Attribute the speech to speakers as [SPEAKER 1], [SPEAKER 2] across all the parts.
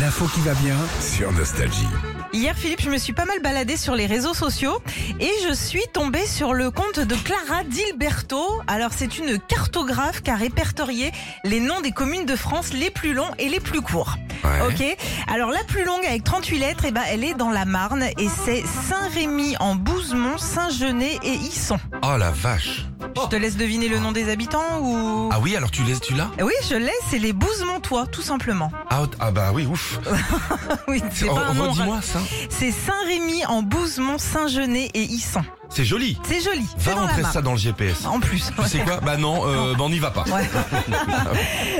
[SPEAKER 1] L'info qui va bien sur Nostalgie.
[SPEAKER 2] Hier, Philippe, je me suis pas mal baladée sur les réseaux sociaux et je suis tombée sur le compte de Clara Dilberto. Alors, c'est une cartographe qui a répertorié les noms des communes de France les plus longs et les plus courts.
[SPEAKER 1] Ouais.
[SPEAKER 2] Ok. Alors, la plus longue avec 38 lettres, eh ben, elle est dans la Marne et c'est Saint-Rémy en Bouzemont, Saint-Genet et Isson.
[SPEAKER 1] Oh la vache.
[SPEAKER 2] Je te laisse deviner le nom des habitants ou. Eh
[SPEAKER 1] Ah oui, alors tu laisses tu là
[SPEAKER 2] Oui, je laisse, c'est les Bouzemontois, tout simplement.
[SPEAKER 1] ah, ah bah oui, ouf.
[SPEAKER 2] Oui, Oh, c'est
[SPEAKER 1] Oh,
[SPEAKER 2] pas un nom.
[SPEAKER 1] Redis-moi ça.
[SPEAKER 2] C'est Saint-Rémy en Bouzemont, Saint-Genet et Isson.
[SPEAKER 1] C'est joli.
[SPEAKER 2] C'est joli.
[SPEAKER 1] Va
[SPEAKER 2] c'est dans la
[SPEAKER 1] rentrer
[SPEAKER 2] Marne.
[SPEAKER 1] ça dans le GPS.
[SPEAKER 2] En plus.
[SPEAKER 1] Tu sais quoi Bah non, euh, bah on n'y va pas.
[SPEAKER 2] Ouais.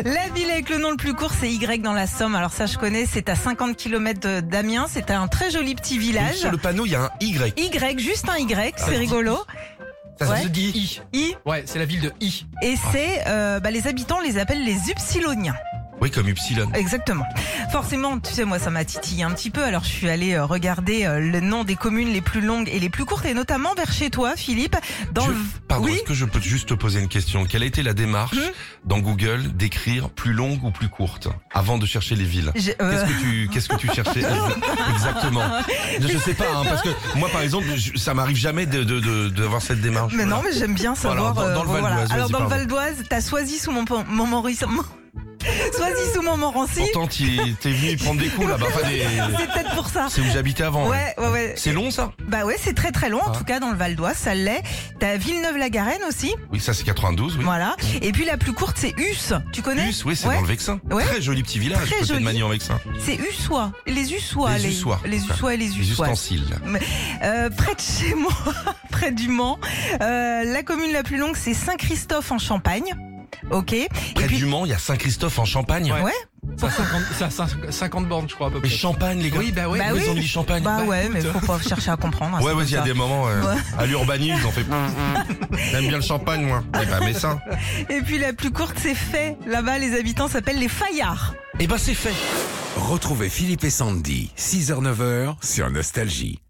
[SPEAKER 2] la ville avec le nom le plus court, c'est Y dans la Somme. Alors ça, je connais, c'est à 50 km d'Amiens. C'est un très joli petit
[SPEAKER 1] Et
[SPEAKER 2] village.
[SPEAKER 1] Sur le panneau, il y a un Y.
[SPEAKER 2] Y, juste un Y,
[SPEAKER 1] Ah,
[SPEAKER 2] c'est rigolo.
[SPEAKER 1] Ça
[SPEAKER 2] Ouais.
[SPEAKER 1] se dit.
[SPEAKER 3] I.
[SPEAKER 2] I,
[SPEAKER 3] Ouais, c'est la ville de I.
[SPEAKER 2] et c'est, euh, bah, les habitants les appellent les Upsiloniens.
[SPEAKER 1] Oui, comme Ypsilon.
[SPEAKER 2] Exactement. Forcément, tu sais, moi, ça m'a titillé un petit peu. Alors, je suis allée euh, regarder euh, le nom des communes les plus longues et les plus courtes, et notamment vers chez toi, Philippe. Dans
[SPEAKER 1] Je-
[SPEAKER 2] le-
[SPEAKER 1] Pardon,
[SPEAKER 2] oui.
[SPEAKER 1] est-ce que je peux juste te poser une question Quelle a été la démarche
[SPEAKER 2] Mhm.
[SPEAKER 1] dans Google d'écrire plus longue ou plus courte avant de chercher les villes
[SPEAKER 2] J'ai- euh,
[SPEAKER 1] Qu'est-ce que tu qu'est-ce que tu cherchais exa- exactement Je sais pas hein, parce que moi par exemple je- ça m'arrive jamais de de- de- d'avoir cette démarche.
[SPEAKER 2] Mais non,
[SPEAKER 1] Voilà.
[SPEAKER 2] mais j'aime bien savoir.
[SPEAKER 1] Voilà, dans- dans le
[SPEAKER 2] euh,
[SPEAKER 1] Val d'Oise,
[SPEAKER 2] Alors
[SPEAKER 1] vas-y,
[SPEAKER 2] dans
[SPEAKER 1] pardon.
[SPEAKER 2] le Val d'Oise, t'as Soisy sous mon Montmorency. Soisy sous Montmorency.
[SPEAKER 1] Pourtant t'y- t'es venu prendre des coups là-bas. Enfin, des-
[SPEAKER 2] C'est peut-être pour ça.
[SPEAKER 1] C'est où j'habitais avant. ouais.
[SPEAKER 2] Ouais, ouais, ouais.
[SPEAKER 1] C'est long ça
[SPEAKER 2] Bah ouais, c'est très très long.
[SPEAKER 1] Ah.
[SPEAKER 2] En tout cas, dans le Val d'Oise, ça l'est. T'as Villeneuve-la-Garenne aussi.
[SPEAKER 1] Oui, ça c'est 92. Oui.
[SPEAKER 2] Voilà. Et puis la plus courte, c'est Us. Tu connais
[SPEAKER 1] Plus, oui, c'est
[SPEAKER 2] Ouais.
[SPEAKER 1] dans le Vexin.
[SPEAKER 2] Ouais.
[SPEAKER 1] Très joli petit village,
[SPEAKER 2] Très
[SPEAKER 1] côté
[SPEAKER 2] joli.
[SPEAKER 1] de Magny en Vexin.
[SPEAKER 2] C'est Ussois. Les Ussois.
[SPEAKER 1] Les Ussois.
[SPEAKER 2] Les Ussois et les
[SPEAKER 1] Les
[SPEAKER 2] Ussois.
[SPEAKER 1] ustensiles.
[SPEAKER 2] Euh, près de chez moi, près du Mans, euh, la commune la plus longue, c'est Saint-Christophe en Champagne. Ok. Et
[SPEAKER 1] Près
[SPEAKER 2] puis
[SPEAKER 1] du Mans, il y a Saint-Christophe en Champagne.
[SPEAKER 2] Ouais.
[SPEAKER 3] C'est à 50, c'est à 50 50 bornes, je crois, à peu
[SPEAKER 1] Mais
[SPEAKER 3] près.
[SPEAKER 1] Champagne, les gars.
[SPEAKER 3] Oui, bah ouais.
[SPEAKER 2] Bah
[SPEAKER 1] Ils
[SPEAKER 2] oui.
[SPEAKER 1] ont dit Champagne.
[SPEAKER 2] Bah
[SPEAKER 3] Bah,
[SPEAKER 2] ouais,
[SPEAKER 3] écoute,
[SPEAKER 2] mais faut pas chercher à comprendre. hein,
[SPEAKER 1] Ouais,
[SPEAKER 2] c'est
[SPEAKER 1] ouais, il y a
[SPEAKER 2] comme
[SPEAKER 1] des moments euh, à l'urbanisme, on fait. J'aime bien le champagne, moi. Eh ben, mais ça.
[SPEAKER 2] ça. Et puis la plus courte, c'est fait. Là-bas, les habitants s'appellent les Faillards.
[SPEAKER 1] Eh ben, c'est fait.
[SPEAKER 4] Retrouvez Philippe et Sandy, 6h-9h sur Nostalgie.